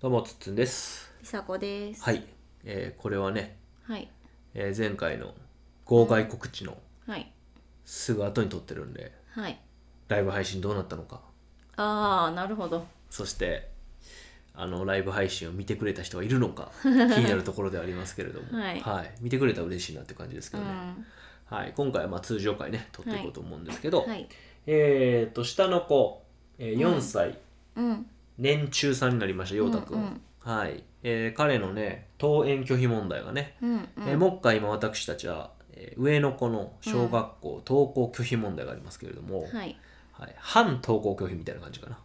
どうもつっつんです。りさこです。はい、えーこれはね、はい。えー前回の号外告知のはい。すぐ後に撮ってるんで、はい。ライブ配信どうなったのか、ああ、なるほど。そしてあのライブ配信を見てくれた人がいるの か気になるところではありますけれども、はい見てくれたら嬉しいなって感じですけうどん。ね。はい、今回はまあ通常回ね撮っていこうと思うんですけど、はい。えっ、と下の子、えー4歳、うん。年中さんになりました陽太くん、うんうんはい、えー彼のね登園拒否問題がね、うん。えーもっか今私たちは、えー上の子の小学校登校拒否問題がありますけれども、うん。はい。はい、反登校拒否みたいな感じかな、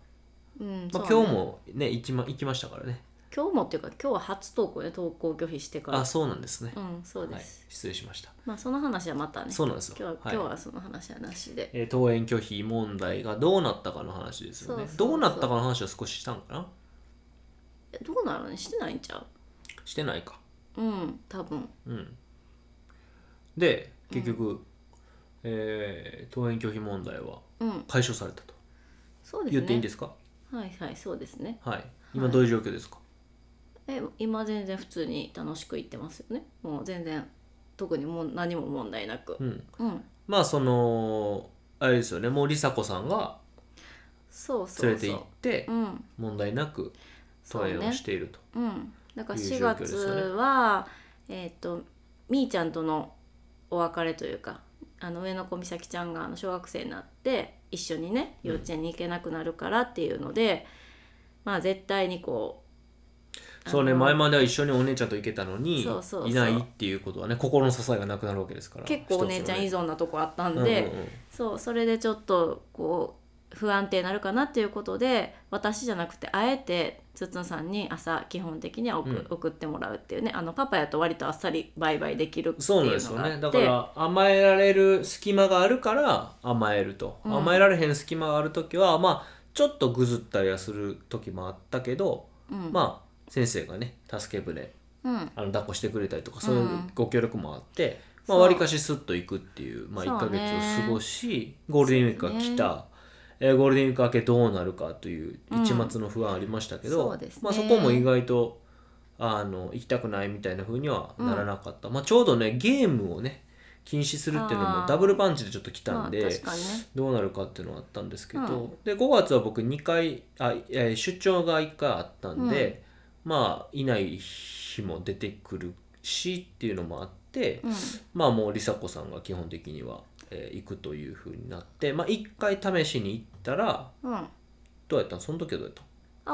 うん。まあ、そう今ね日。もね行きま行きましたからね今日もっていうか、今日は初投稿で投稿拒否してからあ。そうなんですね、うん、そうではいす。、失礼しました、まあ、その話はまたね。そうなんですよ今日は、は今い日はその話はなしで。えー登園拒否問題がどうなったかの話ですよねそうそうそうどうなったかの話は少ししたんかなえどうなのね、してないんちゃう。してないかうん、多分。うんで結局、えー登園拒否問題はうん。解消されたとそうですね。言っていいんですかはい、はい、そうですね。はい今どういう状況ですか、え、今全然普通に楽しく行ってますよね。もう全然。特にもう何も問題なく。うんうん。まあそのあれですよねもう梨紗子さんがそうそうそう。連れて行ってうん。問題なくそう登園をねしているとうん、だからいう4状況で月すよねは、えっ、とみーちゃんとのお別れというかあの上の子美咲ちゃんがあの小学生になって一緒にねうん幼稚園に行けなくなるからっていうので、まあ絶対にこうそうねあの前までは一緒にお姉ちゃんと行けたのにそうそうそういないっていうことはね心の支えがなくなるわけですから結構お姉ちゃん依い存なとこあったんで、そうそれでちょっとこう不安定になるかなっていうことで私じゃなくてあえてつつんさんに朝基本的には送,、うん送ってもらうっていうねあのパパやと割とあっさりバイバイできるっていうそうのなんがであってすよねだから甘えられる隙間があるから甘えると、うん甘えられへん隙間がある時はまあちょっとぐずったりはする時もあったけど、うん、まあ先生がね助け舟うん、あの抱っこしてくれたりとかそういううんご協力もあって、まそあうわりかしスッと行くっていう、まあ、そ1うヶ月ねを過ごしゴールデンウィークが来た、えーゴールデンウィーク明けどうなるかという一末の不安ありましたけど、そうですねまあ、そこも意外とあの行きたくないみたいな風にはならなかった、まあ、ちょうどねゲームをね禁止するっていうのあもーダブルパンチでちょっと来またあんで、確かにねどうなるかっていうのはあったんですけど、うんで5月は僕2回あ、えー出張が1回あったんで、まあいない日も出てくるしっていうのもあって、うんまあもう梨紗子さんが基本的には、えー行くというふうになって、まあ、1回試しに行ったらうんどうやったのその時はどうやった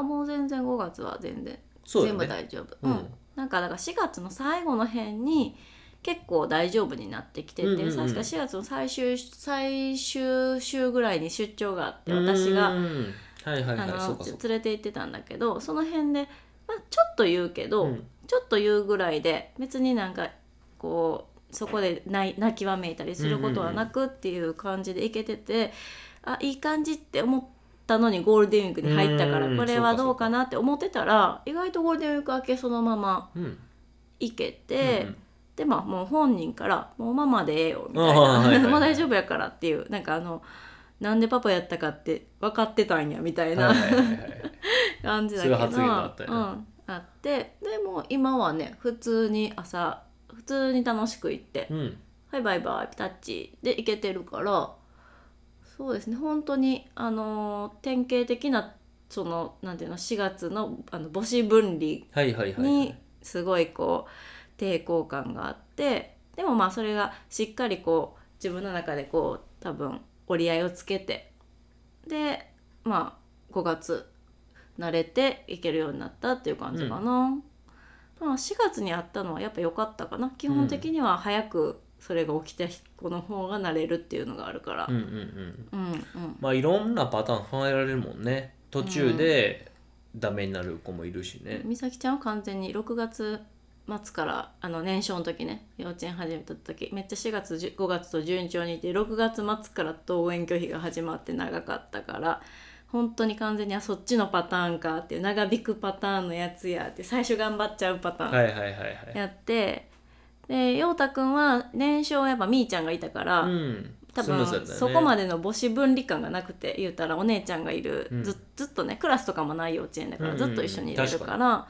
のあもう全然5月は全然、そうだ全よ部ね大丈夫、ううんんなんかだから4月の最後の辺に結構大丈夫になってきてて、うんうんうん確か4月の最終最終週ぐらいに出張があって私がうーんはいはいあはいそうのかそうか連れて行ってたんだけどその辺で、まあ、ちょっと言うけど、うんちょっと言うぐらいで別になんかこうそこで泣い泣きわめいたりすることはなくっていう感じで行けてて、あいい感じって思ったのにゴールデンウィークに入ったからうんこれはどうかなって思ってたら意外とゴールデンウィーク明けそのままうん行けて、うんうんでまあもう本人から「もうママでええよ」みたいああはいはいはな「い もう大丈夫やから」っていうなんかあの「なんでパパやったかって分かってたんや」みたいな、はいはいはいはい感じだそけういどう発言があったよねうん、あってでも今はね普通に朝普通に楽しく行ってう「んはいバイバイピタッチ」で行けてるからそうですね本当にあのー典型的なそのなんていうの4月のあの母子分離はいはいはいはいにすごいこう抵抗感があってでもまあそれがしっかりこう自分の中でこう多分折り合いをつけてでまあ5月慣れていけるようになったっていう感じかな、まあ4月にあったのはやっぱ良かったかな基本的には早くそれが起きた子の方が慣れるっていうのがあるからうんうんうんうんうん、まあいろんなパターン考えられるもんね途中でダメになる子もいるしね、美咲ちゃんは完全に6月末からあの年少の時ね幼稚園始めた時めっちゃ4月10 5月と順調にいて6月末から登園拒否が始まって長かったから本当に完全にあそっちのパターンかっていう長引くパターンのやつやって最初頑張っちゃうパタはーいンはいはいはいやって、で陽太くんは年少はやっぱみーちゃんがいたから、うん多スムーズだっ分たねそこまでの母子分離感がなくて言うたらお姉ちゃんがいる、うんずずっとねクラスとかもない幼稚園だかうらんうんうずんっと一緒にいれるから、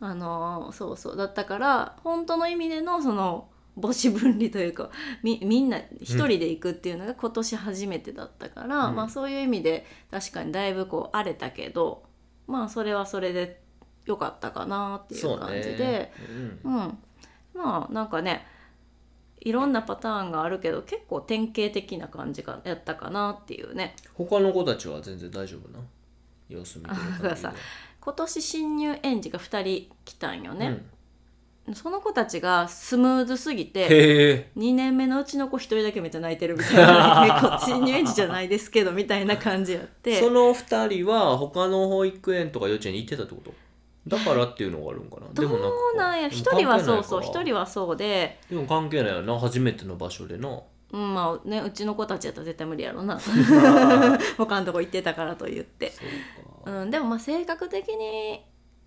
あのーそうそうだったから本当の意味でのその母子分離というかみみんな一人で行くっていうのが今年初めてだったから、うんまあ、そういう意味で確かにだいぶこう荒れたけどまあそれはそれで良かったかなっていう感じで。そうねうん、まあなんかねいろんなパターンがあるけど結構典型的な感じがやったかなっていうねうん、他の子たちは全然大丈夫な様子見てるあだから感じでさ今年新入園児が2人来たんようね、んその子たちがスムーズすぎてへえ2年目のうちの子1人だけめっちゃ泣いてるみた いなこっち新入園児じゃないですけどみたいな感じやってその2人は他の保育園とか幼稚園に行ってたってことだからっていうのがあるんかなでもどうなんや1か人はそうそうでも関1係ないか人はそうで、でも関係ないよな初めての場所でなうん、まあねうちの子たちやったら絶対無理やろ な 他のとこ行ってたからと言ってそうか、うん、でもまあ性格的に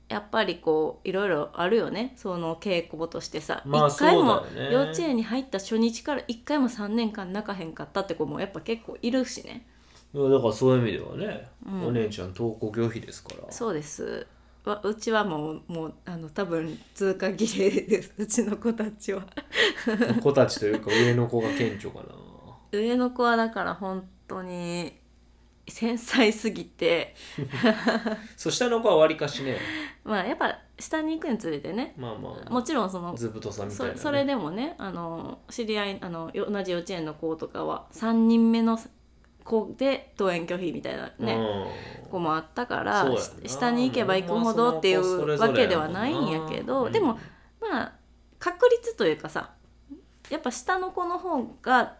やっぱりこういろいろあるよねその傾向としてさ、一まあ回もそうだよね幼稚園に入った初日から1回も3年間泣かへんかったって子もやっぱ結構いるしねいやだからそういう意味ではね、うんお姉ちゃん登校拒否ですからそうですわうちはもうもうあの多分通過儀礼ですうちの子たちは 子たちというか上の子が顕著かな上の子はだから本当に繊細すぎてそう下の子はわりかしねまあやっぱ下に行くにつれてねまあまあもちろんそのずぶとさみたいそな、れね、それでもねあの知り合いあのよ同じ幼稚園の子とかは3人目の子で登園拒否みたいなうんね、子もあったからそうやなし下に行けば行くほどっていまあその子それうぞれわけではないんやけどうんでもまあ確率というかさやっぱ下の子の方が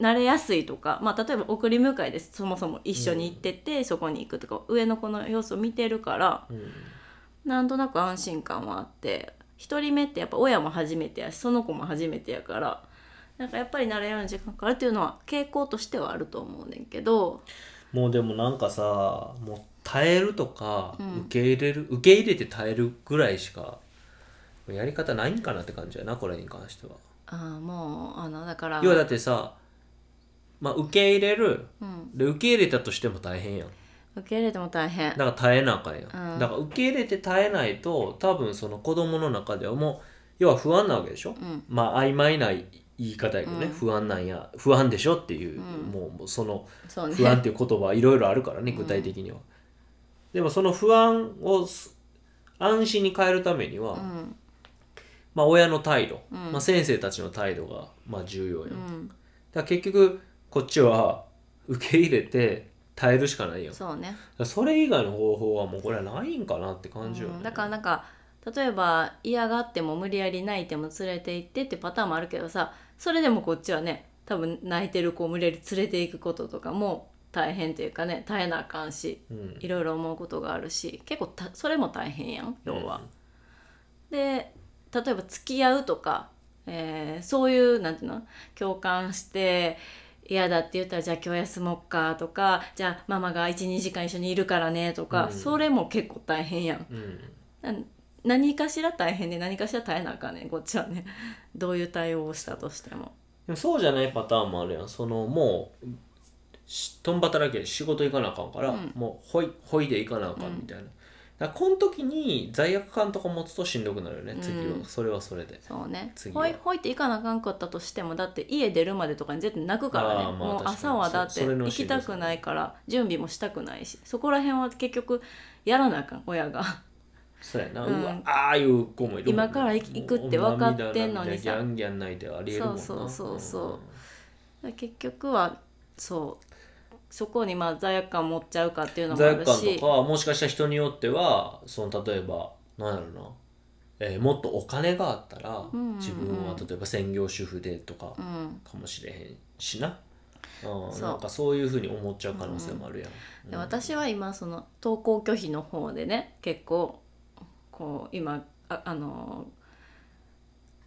慣れやすいとか、まあ、例えば送り迎えですそもそも一緒に行ってて、そこに行くとか上の子の様子を見てるからうんなんとなく安心感はあって1人目ってやっぱ親も初めてやしその子も初めてやからなんかやっぱり慣れるのに時間かかるっていうのは傾向としてはあると思うねんけどもうでもなんかさもう耐えるとか、うん受け入れる受け入れて耐えるぐらいしかやり方ないんかなって感じやなこれに関しては。あーもうあのだから要はだってさ、まあ、受け入れるうん、で受け入れたとしても大変やん受け入れても大変だから耐えなあかんやん、うんだから受け入れて耐えないと多分その子供の中ではもう要は不安なわけでしょ、うんまあ曖昧な言い方やけどね、うん不安なんや不安でしょっていう、もうもうそのそうね不安っていう言葉いろいろあるからね 具体的には、でもその不安をす安心に変えるためには、うんまあ、親の態度、うんまあ、先生たちの態度がまあ重要や、、うんだかんら結局こっちは受け入れて耐えるしかないよだかそうねらそれ以外の方法はもうこれはないんかなって感じよね、うんだからなんか例えば嫌がっても無理やり泣いても連れて行ってってパターンもあるけどさそれでもこっちはね多分泣いてる子を無理やり連れて行くこととかも大変というかね耐えなあかんしうんいろいろ思うことがあるし結構たそれも大変やん要は。で例えば付き合うとか、えーそういうなんていうの共感して嫌だって言ったらじゃあ今日休もっかとかじゃあママが12時間一緒にいるからねとか、うんそれも結構大変やん。うん、な何かしら大変で何かしら大変なあかんねんこっちはねどういう対応をしたとしてもでもそうじゃないパターンもあるやんそのもうしとんばたらけで仕事行かなあかんから、うんもうほいほいで行かなあかんみたいな、だからこの時に罪悪感とか持つとしんどくなるよね次は、うんそれはそれでそうね次はほいほいって行かなあかんかったとしてもだって家出るまでとかに絶対泣くからねあーまあもう確かに朝はだっそてそれ行のしきんどさたくないから準備もしたくないしそこら辺は結局やらなあかん親が そうやな、ううんわああいう子もいるもんな今から行行くって分かってんのにさもう涙涙ギャンギャン泣いてありえるもんなそうそうそうそうん結局はそうそこにまあ罪悪感持っちゃうかっていうのもあ罪悪る感しとかもしかしたら人によってはその例えばなんやろな、えーもっとお金があったら、うんうんうん自分は例えば専業主婦でとかうんかもしれへんしな、うんそうなんかそういうふうに思っちゃう可能性もあるやん、で私は今その登校拒否の方でね結構こう今ああの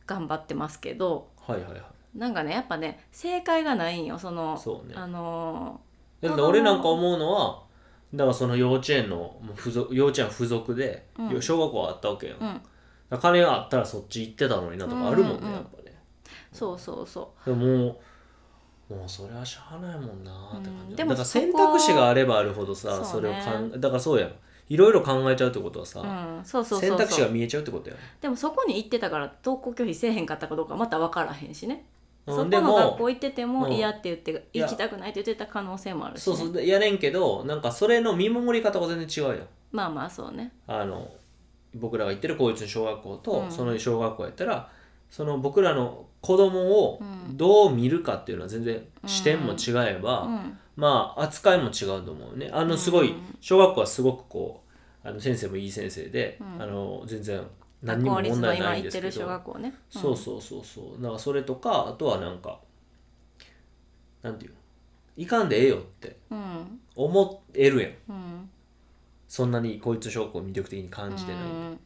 頑張ってますけどはいはいはいなんかねやっぱね正解がないんよそのそうねあのだって俺なんか思うのはだからその幼稚園のもう付属幼稚園附属で、うん小学校はあったわけやん、うんだから金があったらそっち行ってたのになとかあるもんね、うんうんうんやっぱねそうそうそでもももうそれはしゃあないもんなって感じ、うんでもだからそこ選択肢があればあるほどさそ,、そうれねをかんだからそうやんいろいろ考えちゃうってことはさ、うん、そうそうそう選そう択肢が見えちゃうってことやんでもそこに行ってたから登校拒否せえへんかったかどうかまた分からへんしね、うんそこでの学も校行っててもうん嫌って言っていや行きたくないって言ってた可能性もあるし、そね、うそうでやねんけどなんかそれの見守り方が全然違うやんまあまあそうねあの僕らが行ってる公立の小学校と、うんその小学校やったらその僕らの子供をうんどう見るかっていうのは全然視点も違えば、うんまあ扱いも違うと思うよねあうのんすごい小学校はすごくこうあの先生もいい先生で、うんあの全然何にも公立問の題今ないん行でっすてけるど小学校ね、んそうそうそうそうなんかそれとかあとはなんかなんていうのいかんでええよってうん思えるやんうんそんなにこいつ小学校を魅力的に感じてない、うっん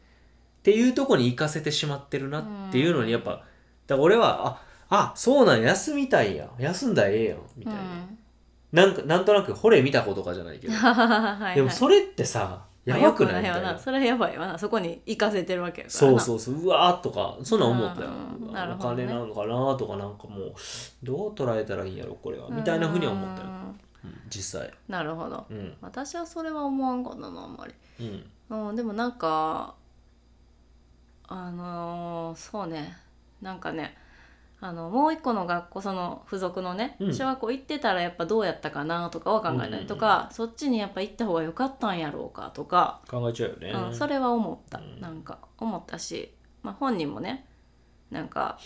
ていうとこに行かせてしまってるなっていうのにやっぱだから俺はああそうなんや休みたいやん休んだらええやんみたいな、なんかなんとなく惚れ見たことかじゃないけどうんはいはいでもそれってさ、やばくないみまあたよいわなな。それはやばいわなそこに行かせてるわけやからそなうそうそう、うわーとか、そんなん思ったようん。うなわるおほどね金なのかなとか、なんかもう、どう捉えたらいいんやろ、これは。みたいなふうには思ったよう。んうん実際。なるほどうん。私はそれは思わんかったなあんまりうん。うん、でもなんかあのーそうねなんかねあのもう一個の学校その付属のね、うん小学校行ってたらやっぱどうやったかなとかは考えたりとうんか、そっちにやっぱ行った方が良かったんやろうかとか、考えちゃうよね。うん、それは思った、うんなんか思ったし、まあ、本人もねなんか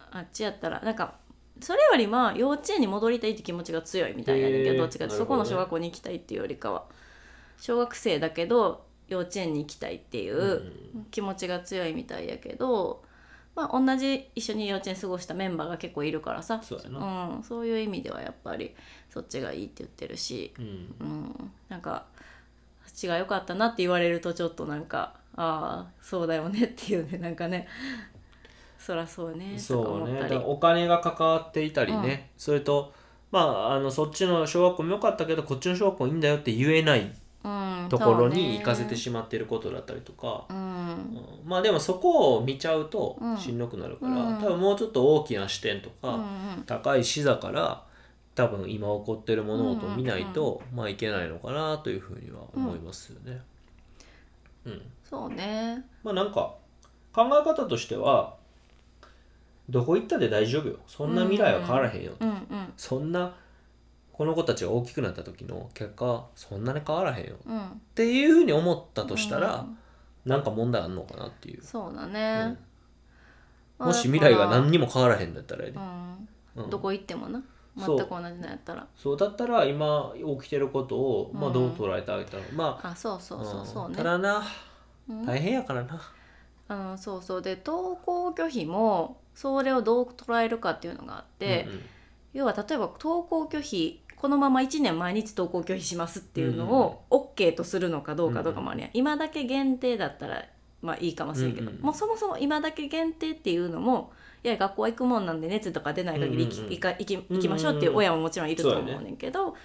あっちやったらなんかそれよりまあ幼稚園に戻りたいって気持ちが強いみたいやねんけへーどどっちかっなてるそほこどのね小学校に行きたいっていうよりかは小学生だけど幼稚園に行きたいっていうんう気持ちが強いみたいやけど、まあ、同じ一緒に幼稚園過ごしたメンバーが結構いるからさそうやな。うん、そういう意味ではやっぱりそっちがいいって言ってるしうん。うん、なんか「違が良かったな」って言われるとちょっとなんか「ああそうだよね」っていうねなんかねそらそうねとかそう思ね。だったかりらお金が関わっていたりね。それと、まあ、あのそっちの小学校も良かったけどこっちの小学校いいんだよって言えないうんところに行かせてししまっていることだったりとか、まうんうんまあでもそこを見ちゃうとうんしんどくなるから、うん多分もうちょっと大きな視点とうか、ん高い視座から多分今起こってる物事を見ないと、まあいけないのかなというふうには思いますよね。うん、そうねまあなんか考え方としてはどこ行ったで大丈夫よそんな未来は変わらへんよ、うんうんそんなこの子たちが大きくなった時の結果そんなに変わらへんよっうんていうふうに思ったとしたら、うんなんか問題あんのかなっていう。そうだうんね、まあもし未来がだか何にも変わらへんだったらやでら、うんうんどこ行ってもな全そうく同じのやったらそうだったら今起きてることを、まあ、うんどう捉えてあげたら、まああそうそうそうそううんねただなうん大変やからな、あのそうそうで登校拒否もそれをどう捉えるかっていうのがあって、うんうん要は例えば登校拒否このまま1年毎日登校拒否しますっていうのを OK とするのかどうかとかもあるやん今だけ限定だったらまあいいかもしれんけど、うんうんもうそもそも今だけ限定っていうのもいや学校行くもんなんで熱とか出ない限り行うき,、んうんうん行か行き行きましょうっていう親ももちろんいると思そうやうねんけど、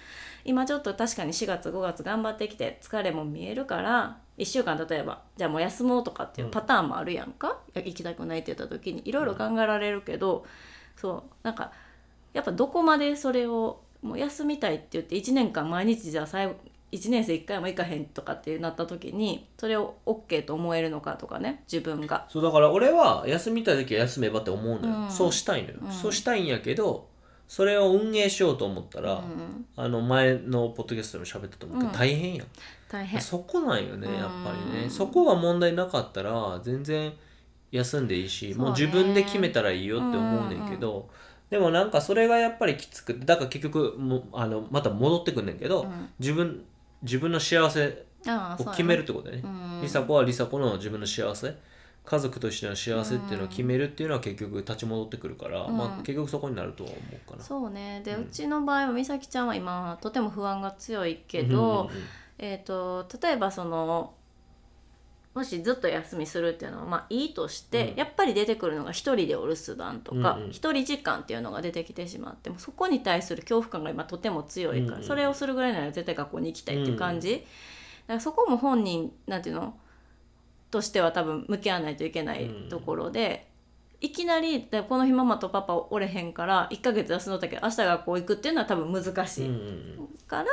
今ちょっと確かに4月5月頑張ってきて疲れも見えるから1週間例えばじゃあもう休もうとかっていうパターンもあるやんか、いや行きたくないって言った時にいろいろ考えられるけど、そうなんかやっぱどこまでそれをもう休みたいって言って1年間毎日じゃあ最後1年生1回も行かへんとかってなった時にそれを OK と思えるのかとかね自分が。そうだから俺は休みたい時は休めばって思うのよ、うんそうしたいのよ、うんそうしたいんやけどそれを運営しようと思ったら、うん、あの前のポッドキャストでも喋ったと思うけど、うん大変やん大変そこなんよねやっぱりうねんそこが問題なかったら全然休んでいいしそうねもう自分で決めたらいいよって思うねんけどでもなんかそれがやっぱりきつくてだから結局もあのまた戻ってくんねんけど、うん自分自分の幸せああを決めるってことだよねそうやねうん梨紗子は梨紗子の自分の幸せ家族としての幸せっていうのを決めるっていうのは結局立ち戻ってくるから、うんまあ、結局そこになるとは思うかな。そうねで、ううんちの場合は美咲ちゃんは今とても不安が強いけど、うんうんうんえー、と例えばそのもしずっと休みするっていうのはまあいいとして、うんやっぱり出てくるのが一人でお留守番とうかんうん一、人時間っていうのが出てきてしまってもうそこに対する恐怖感が今とても強いから、うんうんそれをするぐらいなら絶対学校に行きたいっていう感じ、だからそこも本人なんていうのとしては多分向き合わないといけないところで、いきなりでこの日ママとパパおれへんから1ヶ月休んどったけど明日学校行くっていうのは多分難しうんい、うんから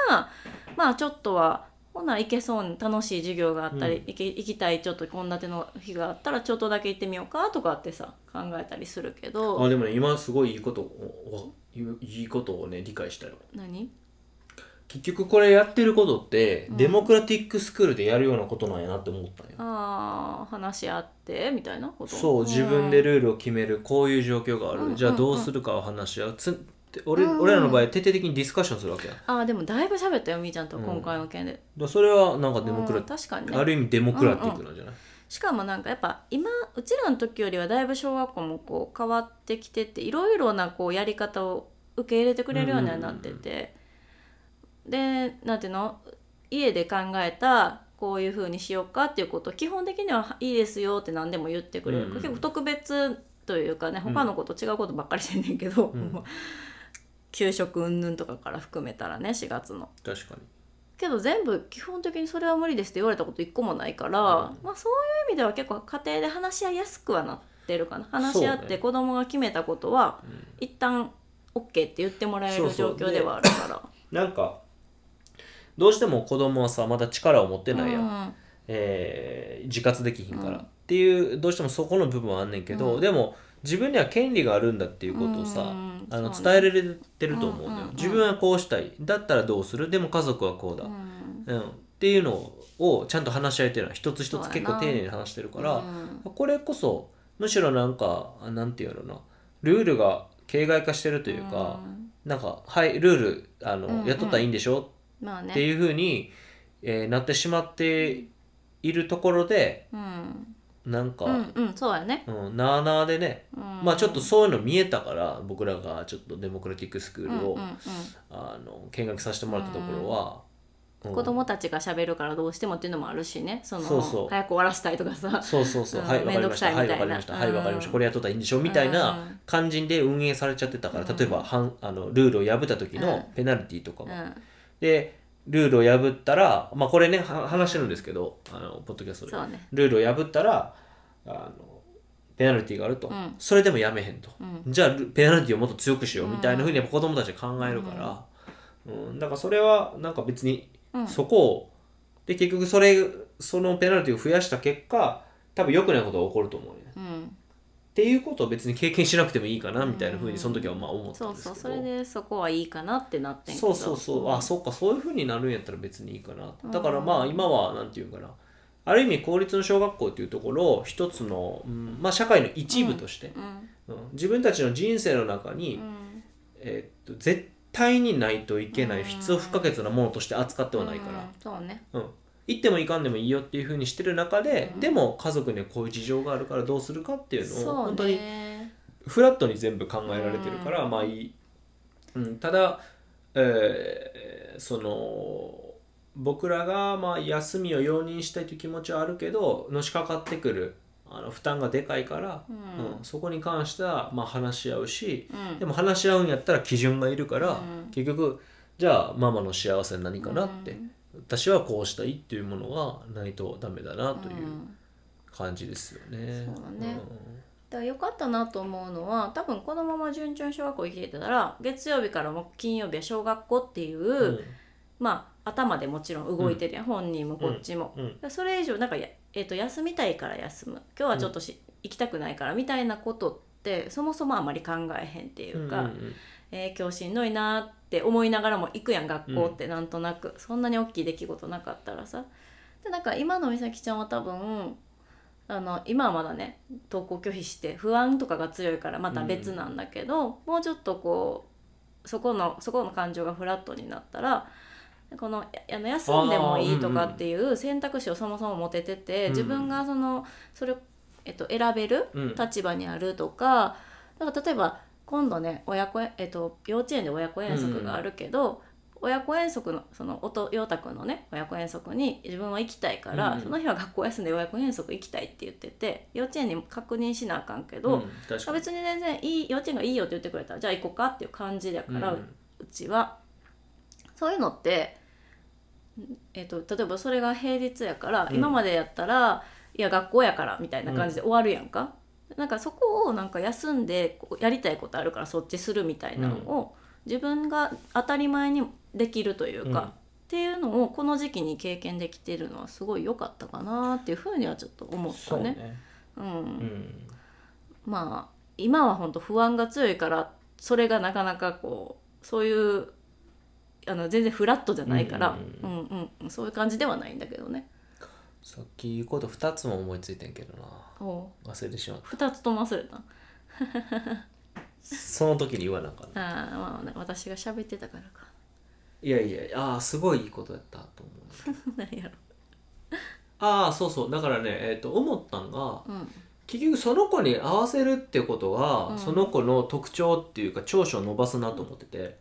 まあちょっとはほな行けそうに楽しい授業があったり、うん行け行きたいちょっと献立の日があったらちょっとだけ行ってみようかとかってさ考えたりするけうんあどでもね今すごいいいことをおいいいことをね理解したよ何結局これやってることって、うんデモクラティックスクールでやるようなことなんやなって思ったんよあー話し合ってみたいなことそう自分でルールを決めるこういう状況がある、うんじゃあどうするかを話し合うつって俺,、うん俺らの場合徹底的にディスカッションするわけやだかあーでもだいぶ喋ったよみーちゃんと今回の件で、らそれはなんかデモクラうん確かにねある意味デモクラティックなんじゃない、しかもなんかやっぱ今うちらの時よりはだいぶ小学校もこう変わってきてていろいろなこうやり方を受け入れてくれるようにはなってて、でなんていうの家で考えたこういうふうにしようかっていうことを基本的にはいいですよって何でも言ってくれる、うんうん結構特別というかねうん他のこと違うことばっかりしてんねんけど、うん 給食云々とかから含めたらね4月の。確かにけど全部基本的にそれは無理ですって言われたこと一個もないから、うんまあそういう意味では結構家庭で話し合いやすくはなってるかな話し合っそうてね子供が決めたことは、一旦 OK って言ってもらえそうるそ状う況ではあるからなんかどうしても子供はさまだ力を持ってないやん、うんえー自活できひんから、うんっていうどうしてもそこの部分はあんねんけど、うんでも自分には権利があるんだっていうことをさ、うんあのそう伝ねえられてると思うんだよ、うんうんうん自分はこうしたいだったらどうするでも家族はこうだ、うんうん、っていうのをちゃんと話し合えてるのは一つ一つそうや結な構丁寧に話してるから、うんこれこそむしろなんかあなんていうのかなルールが形骸化してるというか、んなんか「はいルールあの、うんうんやっとったらいいんでしょ?」まあねっていうふうに、えーなってしまっているところでうん、なんうか、んうんそうやね、うんなあなあでね、うん、まあちょっとそういうの見えたから僕らがちょっとデモクラティックスクールを、うんうんうんあの見学させてもらったところは、うん子供たちが喋るからどうしてもっていうのもあるしねそのそうそう早く終わらせたいとかさそうそうそう、うんはいわかりました面はい倒くさいわみたかいりなましたはいわかりましうたんこれやっとったらいいんでしょみたいうんうなん感じで運営されちゃってたから、うん例えばはんあのルールを破った時のうペナルティとかも、うんでルールを破ったらまあこれねは話してるんですけどあのポッドキャストでそうねルールを破ったらあのペナルティがあると、うんそれでもやめへんと、うんじゃあルペナルティをもっと強くしようみたいなふうにやっぱ子供たちは考えるから、うんだからそれはなんか別にうんそこをで結局それそのペナルティを増やした結果多分良くないことが起こると思うよね。うんっていうことを別に経験しなくてもいいかなみたいなふうにその時はまあ思ったそんうですけそどうそれでそこはいいかなってなってんけそどうそうそうあそっかそういうふうになるんやったら別にいいかなだからまあ今はなんていうかなある意味公立の小学校っていうところを一つの、うんまあ、社会の一部として、うんうん自分たちの人生の中に、うんえーっと絶対にないといけない必要不可欠なものとして扱ってはないから、うんそうねうん、行っても行かんでもいいよっていうふうにしてる中で、うんでも家族にはこういう事情があるからどうするかっていうのをそう本当にねフラットに全部考えられてるから、うんまあいい、うん、ただ、えーその僕らがまあ休みを容認したいという気持ちはあるけどのしかかってくるあの負担がでかいから、うんうんそこに関してはまあ話し合うしうんでも話し合うんやったら基準がいるから、うん結局じゃあママの幸せは何かなって、うん私はこうしたいっていうものがないとダメだなといううん感じですよね。そうだねだから良かったなと思うのは多分このまま順調に小学校行けてたら月曜日から木金曜日は小学校っていう、うんうんまあ頭でもちろん動いてるやん、本人もこっちも、うんそれ以上なんかや、えー、と休みたいから休む今日はちょっとし、行きたくないからみたいなことってそもそもあまり考えへんっていうか、んんんえー今日しんどいなーって思いながらも行くやん学校ってなんとなく、そんなに大きい出来事なかったらさでなんか今の美咲ちゃんは多分あの今はまだね登校拒否して不安とかが強いからまた別なんだけど、もうちょっとこうそこのそこの感情がフラットになったらこのやあの休んでもいいとかっていう選択肢をそもそも持ててて、うん自分がそのそれを、えっと、選べるうん立場にあるとかなんか例えば今度ね親子えっと、幼稚園で親子遠足があるけど、親子遠足のそのおと陽太くんのね親子遠足に自分は行きたいから、うんその日は学校休んで親子遠足行きたいって言ってて幼稚園にも確認しなあかんけど、うん、確かに別に全然いい幼稚園がいいよって言ってくれたらじゃあ行こうかっていう感じだから、ううんちはそういうのって、えっと例えばそれが平日やから、うん今までやったらいや学校やからみたいな感じで終わるやんか、なんかそこをなんか休んでこうやりたいことあるからそっちするみたいなのを自分が当たり前にできるというか、うんっていうのをこの時期に経験できてるのはすごい良かったかなっていうふうにはちょっと思ったね。う、うんんまあ今は本当不安が強いからそれがなかなかこうそういうあの全然フラットじゃないから、ううんんうんうんそういう感じではないんだけどね。さっき言うこと2つも思いついてんけどなおう忘れてしまった2つとも忘れた。その時に言わなあかったあーまあね私が喋ってたからか。 いやいやああすごいいいことやったと思う何やろ。ああそうそうだからね、えー、と思ったんがうん結局その子に合わせるってことは、うんその子の特徴っていうか長所を伸ばすなと思ってて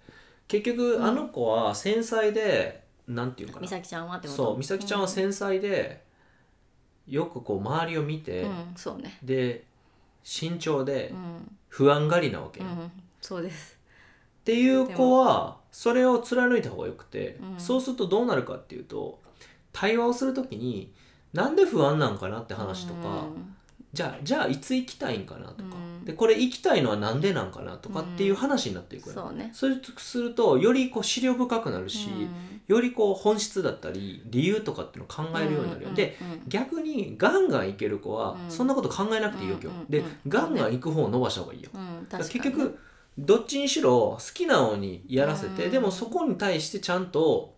結局あの子は繊細で、なんていうか美な咲ちゃんはってことそう美咲ちゃんは繊細で、よくこう周りを見て、うん、うんそうねで慎重でうん、不安がりなわけ、うっん、そうですていう子はそれを貫いた方がよくて、うんそうするとどうなるかっていうと対話をする時になんで不安なんかなって話とか、じゃあじゃあいつ行きたいんかなとか、うんでこれ行きたいのはなんでなんかなとかっていう話になってういん、くよね、そうねそれとするとよりこう資料深くなるし、うんよりこう本質だったり理由とかっていうのを考えるようになるよ、んんでうん逆にガンガン行ける子はうんそんなこと考えなくていいよ、今日うんうんでうんガンガン行く方を伸ばした方がいいよ、うん、だか確らか結に局どっちにしろ好きなようにやらせて、うんでもそこに対してちゃんと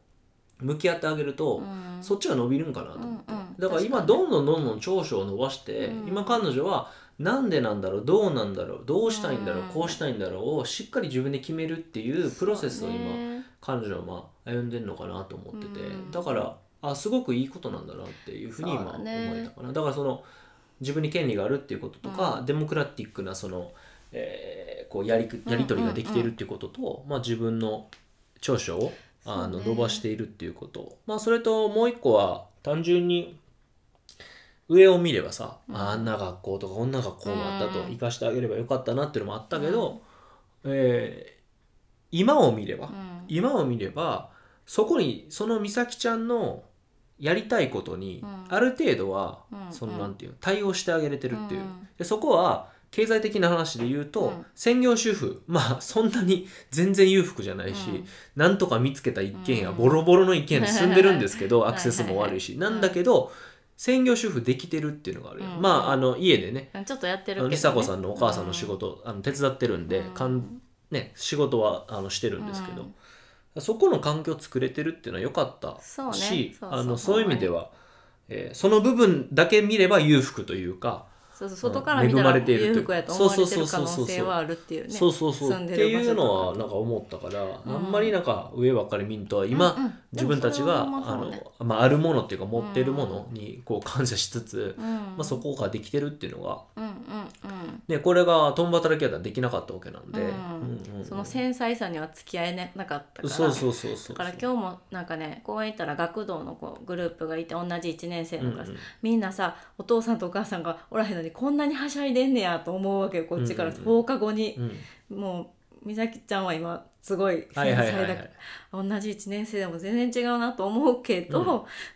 向き合ってあげると、うんそっちが伸びるんかなと思って、うんうんだから今確かどにんどんどんどん長所を伸ばして、うん今彼女はなんでなんだろうどうなんだろうどうしたいんだろう、うんこうしたいんだろうをしっかり自分で決めるっていうプロセスを今、そうね彼女はまあ歩んでるのかなと思ってて、うんだからあすごくいいことなんだなっていうふうに今そ思うだねえたかなだ,、からその自分に権利があるっていうこととか、デモクラティックなその、えーこうやりくやり取りができているっていうことと、まあ、自分の長所をあのそうね伸ばしているっていうこと、まあ、それともう一個は単純に上を見ればさ、ああんな学校とかこんな学校があったとうん生かしてあげればよかったなっていうのもあったけど、えー今を見れば、うん今を見ればそこにその美咲ちゃんのやりたいことにうんある程度は、うんそのうんなんていうの対応してあげれてるっていう、うんでそこは経済的な話で言うと、うん専業主婦 まあそんなに全然裕福じゃないし、うんなんとか見つけた一軒家、うんボロボロの一軒家に住んでるんですけど はいアはいクセスも悪いし、なんだけど専業主婦できてるっていうのがあるよ、うんまああの家でねうんちょっとやってるけあど、のね、梨紗子さんのお母さんの仕事、あの手伝ってるんで、うんかんね、仕事はあのしてるんですけど、うんそこの環境を作れてるっていうのは良かったそうねしそうそうあのそういう意味では、えーその部分だけ見れば裕福というか、そうそう外から見た恵まられているという裕福やと思われてる可そうそうそうそう能そう性はあるっていうねそうそうそう住っんてでる場いう所とかのはなんか思ったから、うんあんまりなんか上ばっかり見んとは今、うんうん自分たちが、でもそあれはほんまそうねのまあ、あるものっていうか持ってるものにこう感謝しつつ、うんまあ、そこができてるっていうのが、うんうんうんね、これが共働きやったらできなかったわけなんで、うんうんうんその繊細さには付き合えねなかったからそうそうそうそうだから今日もなんかね公園行ったら学童のこうグループがいて同じ1年生のクラス、うんうんみんなさお父さんとお母さんがおらへんのにこんなにはしゃいでんねやと思うわけよこっちからうんうんうん放課後に、うんもう美咲ちゃんは今すごい繊はい細だはから、いはいはい同じ1年生でも全然違うなと思うけど、うん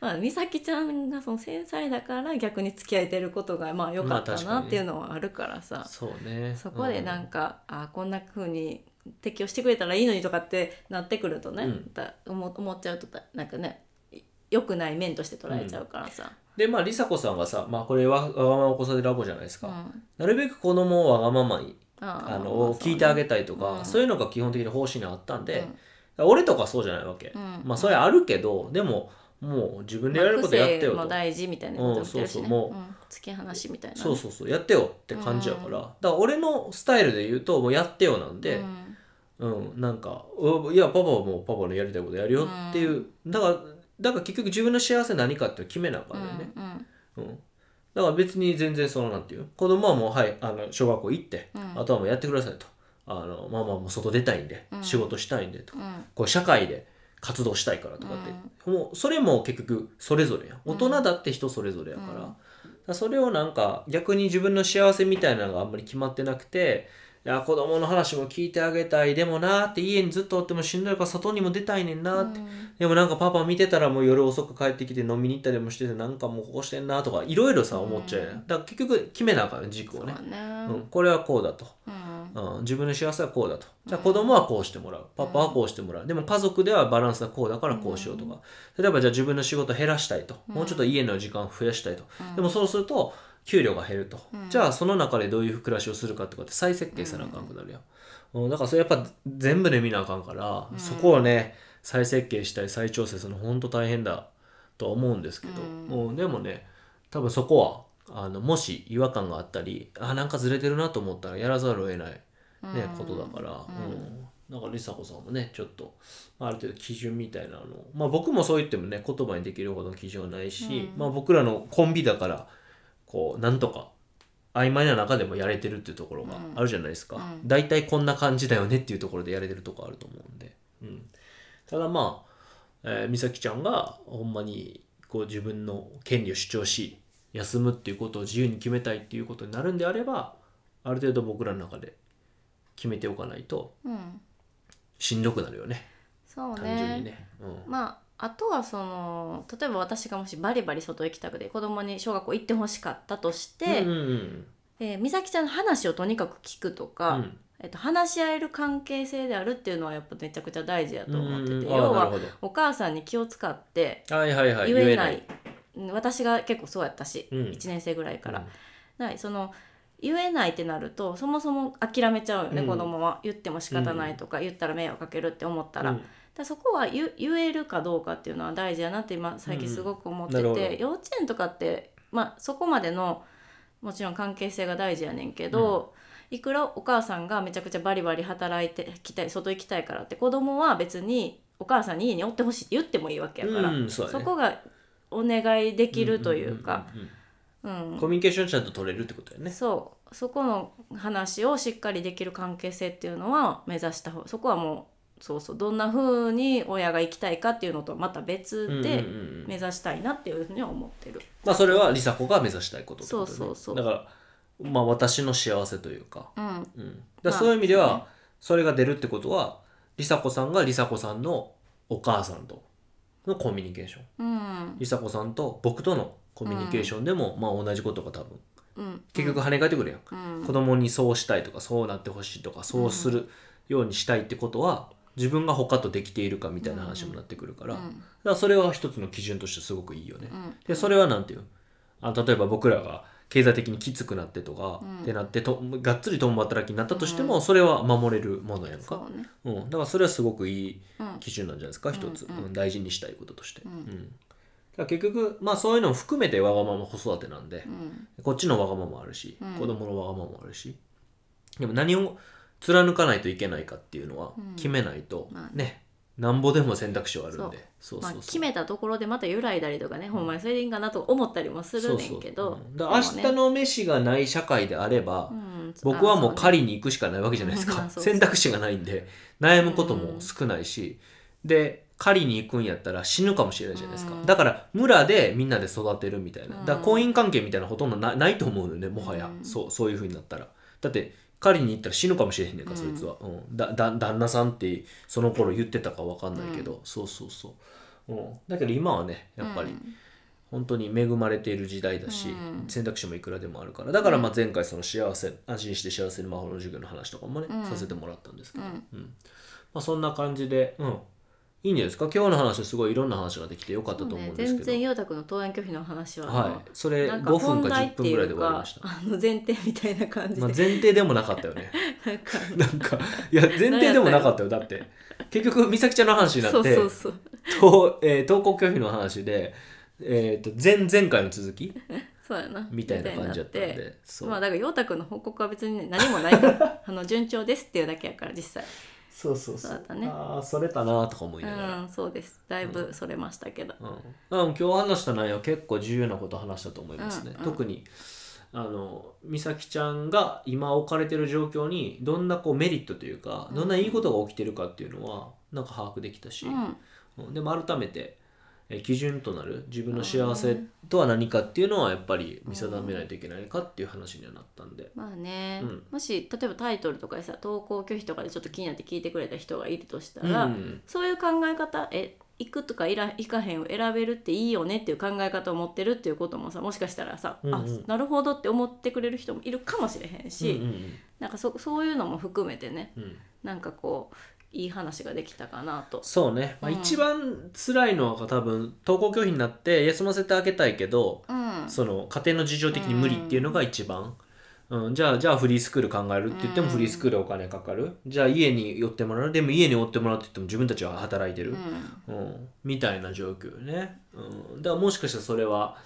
まあ、美咲ちゃんがその繊細だから逆に付き合えてることがまあ良かったまあ確かになねっていうのはあるからさ、そうねそこでなんか、か、あこんな風に適応してくれたらいいのにとかってなってくるとね、うんだ思思っちゃうとだなんかねい良くない面として捉えちゃうからさ、でまあ梨紗子さんがさ、まあ、これわわがまま子育てラボじゃないですうか、んなるべく子供をわがままにああのを聞いてあげたいとか、うんそういうのが基本的に方針にあったんで、うん俺とかそうじゃないわけ、うんまあそれあるけどでももう自分でやれることやってよまあと個性も大事みたいなこと言ってるし、ねうんそうそうもうん突き放しみたいなね、そうそうそうやってよって感じやから、だから俺のスタイルで言うともうやってよなんで、うんうん、なんか「おいやパパはもうパパのやりたいことやるよ」っていう、だからだから結局自分の幸せ何かっていうの決めなあかうんだよね、んうん、だから別に全然そのなんていう子供はもうはいあの小学校行って、うんあとはもうやってくださいとあのママもう外出たいんで、うん仕事したいんでとかうんうんこう社会で活動したいからとかって、もうそれも結局それぞれやん大人だって人それぞれやから,、うんそれをなんか逆に自分の幸せみたいなのがあんまり決まってなくていや子供の話も聞いてあげたいでもなって家にずっとおってもしんどいから外にも出たいねんなって、でもなんかパパ見てたらもう夜遅く帰ってきて飲みに行ったりもしててなんかもうこうしてんなとかいろいろさ思っちゃうよね、うんだから結局決めなあかんね軸をねそうねうん、これはこうだと、うんうん、自分の幸せはこうだとじゃあ子供はこうしてもらうパパはこうしてもらうでも家族ではバランスはこうだからこうしようとか例えばじゃあ自分の仕事減らしたいともうちょっと家の時間を増やしたいとでもそうすると給料が減るとじゃあその中でどういう暮らしをするかとかって再設計せなあかんくなるやんうんだからそれやっぱ全部で見なあかんからそこをね再設計したり再調整するの本当大変だとは思うんですけどうんでもね多分そこはあのもし違和感があったりあなんかずれてるなと思ったらやらざるを得ないね、ことだから、うんだから梨紗子さんもねちょっとまあある程度基準みたいなのをまあ僕もそう言ってもね言葉にできるほどの基準はないし、まあ僕らのコンビだからこうなんとか曖昧な中でもやれてるっていうところがあるじゃないですか、大体こんな感じだよねっていうところでやれてるとこあると思うんで、うん、ただまあ、えー美咲ちゃんがほんまにこう自分の権利を主張し休むっていうことを自由に決めたいっていうことになるんであればある程度僕らの中で決めておかないとうんしんどくなるよねそうね単純にねうんまああとはその例えば私がもしバリバリ外行きたくて子供に小学校行ってほしかったとして、うんうんえー美咲ちゃんの話をとにかく聞くとうか、んえっと、話し合える関係性であるっていうのはやっぱめちゃくちゃ大事やと思ってて、うんうんあ要なるはほどお母さんに気を使ってはいはいはい言えない,うん、私が結構そうやったし、うん1年生ぐらいからうん、ないその言えないってなるとそもそも諦めちゃうよね、うん子供は言っても仕方ないとか、言ったら迷惑かけるって思ったら、うだんからそこは言言えるかどうかっていうのは大事やなって今最近すごく思ってて、うんうんなるほど幼稚園とかって、まあ、そこまでのもちろん関係性が大事やねんけど、いくらお母さんがめちゃくちゃバリバリ働いてきたい外行きたいからって子供は別にお母さんに家におってほしいって言ってもいいわけやから、うんそうだそねこがお願いできるというか。んうんうんううんんコミュニケーションちゃんと取れるってことだよねそうそこの話をしっかりできる関係性っていうのは目指した方そこはもうそうそうどんな風に親が行きたいかっていうのとまた別うでんうんうんうん目指したいなっていうふうには思ってる。まあそれは梨紗子が目指したいことってこと、ね、そうそうそうだからまあ私の幸せというか,、うんうん、だからそういう意味ではそれが出るってことは梨紗子さんが梨紗子さんのお母さんとのコミュニケーションうん梨紗子さんと僕とのコミュニケーションでも、まあ同じことが多分うん結局跳ね返ってくるやん、うん子供にそうしたいとかそうなってほしいとかそうするようにしたいってことは自分が他とできているかみたいな話もなってくるから,、だからそれは一つの基準としてすごくいいよね。んでそれはなんていうあ例えば僕らが経済的にきつくなってとか、ってなってとがっつり共働きになったとしても、それは守れるものやんかそ、うねうんだからそれはすごくいいうん基準なんじゃないですか、一つ、うん大事にしたいこととして。うんんだから結局まあそういうのも含めてわがまま子育てなんで、うんこっちのわがままもあるし、うん子供のわがままもあるしでも何を貫かないといけないかっていうのはうん決めないと、まあねなんぼでも選択肢はあるんでそうまそうそう、あ決めたところでまた揺らいだりとかねほんまにそれでいいんかなと思ったりもするねんけどそうそううんだから明日の飯がない社会であれば、うん僕はもうあそうね狩りに行くしかないわけじゃないですうんか まあそうそう選択肢がないんで悩むことも少ないし、で狩りに行くんやったら死ぬかもしれないじゃないですか、うんだから村でみんなで育てるみたいな、うんだから婚姻関係みたいなのほとんどなないと思うのねもはや、うんそうそういうふうになったらだって狩りに行ったら死ぬかもしれへんねんか、そいつは、うん、だだ旦那さんってその頃言ってたか分かんないけど、そうそうそう、うん、だけど今はねやっぱり、本当に恵まれている時代だし、うん選択肢もいくらでもあるからだからまあ前回その幸せ安心して幸せに魔法の授業の話とかもね、んさせてもらったんですけうど、んまあ、そんな感じで、うん、いいんじゃないですか今日の話はすごいいろんな話ができてよかったそうと思うねんです全けど、然陽太君の登園拒否の話は、はい、それなん5か分本か題10って分いぐらいでう終わりかました、あの前提みたいな感じで、まあ、前提でもなかったよ ねなんかなんかいや前提でもなかったよだって結局美咲ちゃんの話になってそうそうそうとえー登校拒否の話で、えー、と前々回の続きそうやなみたいな感じだったんみたいになっでてそうまあだから陽太くんの報告は別にね何もないから あの順調ですっていうだけやから実際そうそうそうだったねああそれたなとか思いながら、うんそうですだいぶそれましたけど、うんうん、今日話した内容結構重要なこと話したと思いますね、うんうん特にあの美咲ちゃんが今置かれてる状況にどんなこうメリットというかどんないいことが起きてるかっていうのはなんか把握できたし、うんうんでも改めてえー基準となる自分の幸せとは何かっていうのはやっぱり見定めないといけないかっていう話にはなったんで、まあね、うんもし例えばタイトルとかでさ投稿拒否とかでちょっと気になって聞いてくれた人がいるとしたうら、ん、そういう考え方え行くとかいら行かへんを選べるっていいよねっていう考え方を持ってるっていうこともさもしかしたらさ、うんうんあなるほどって思ってくれる人もいるかもしれへんし、うんなんかそそういうのも含めてねうんうんなんかこういい話ができたかなと。そうね、まあ、うん一番辛いのは多分登校拒否になって休ませてあげたいけどうん、その家庭の事情的に無理っていうのが一番、うんじゃあじゃあフリースクール考えるって言ってもうんフリースクールお金かかるじゃあ家に寄ってもらうでも家に寄ってもらうって言っても自分たちは働いてる、うんうん、みたいな状況ね、うん、だからもしかしたらそれは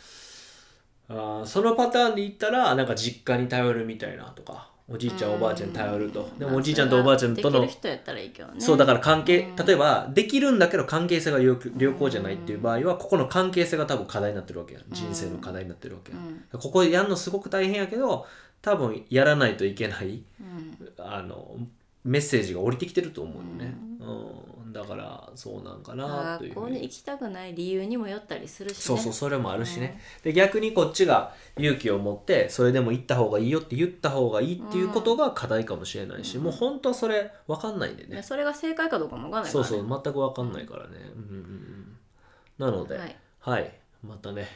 あーそのパターンで言ったらなんか実家に頼るみたいなとかおじいちゃんおばあちゃんに頼るとでもおじいちゃんとおばあちゃんとでのきる人やったらいいけどね。そうだかから関係例えばできるんだけど関係性が良く良好じゃないっていう場合はここの関係性が多分課題になってるわけやん人生の課題になってるわけやんうんここやるのすごく大変やけど多分やらないといけないうんあのメッセージが降りてきてると思うよね、うんだからそうなんかなとい学うふ校うにに行きたくない理由にもよったりするしね。そうそうそれもあるしね、で逆にこっちが勇気を持ってそれでも行った方がいいよって言った方がいいっていうことが課題かもしれないし、もう本当それ分かんないんでね、ねそれが正解かどうかもわからないかそら、うね。そう全く分かんないからね、うんうんうん、なのでははいい、またね、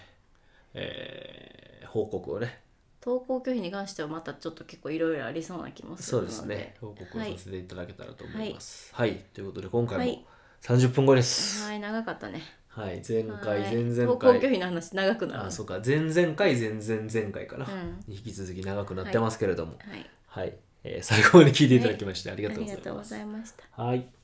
えー報告をね投稿拒否に関してはまたちょっと結構いろいろありそうな気もすそるうのでですね報告をはさい、せていただけたらと思いますはい、ということで今は回もい30分後ですはい、長かったねはい、前回はい前々投稿拒回否の話長くなるあそうか前々回前々前回かな、うん引き続き長くなってますけれどもはいはい、えー最後まで聞いていただきましてありがあとうりござがいとうごますざいましたはい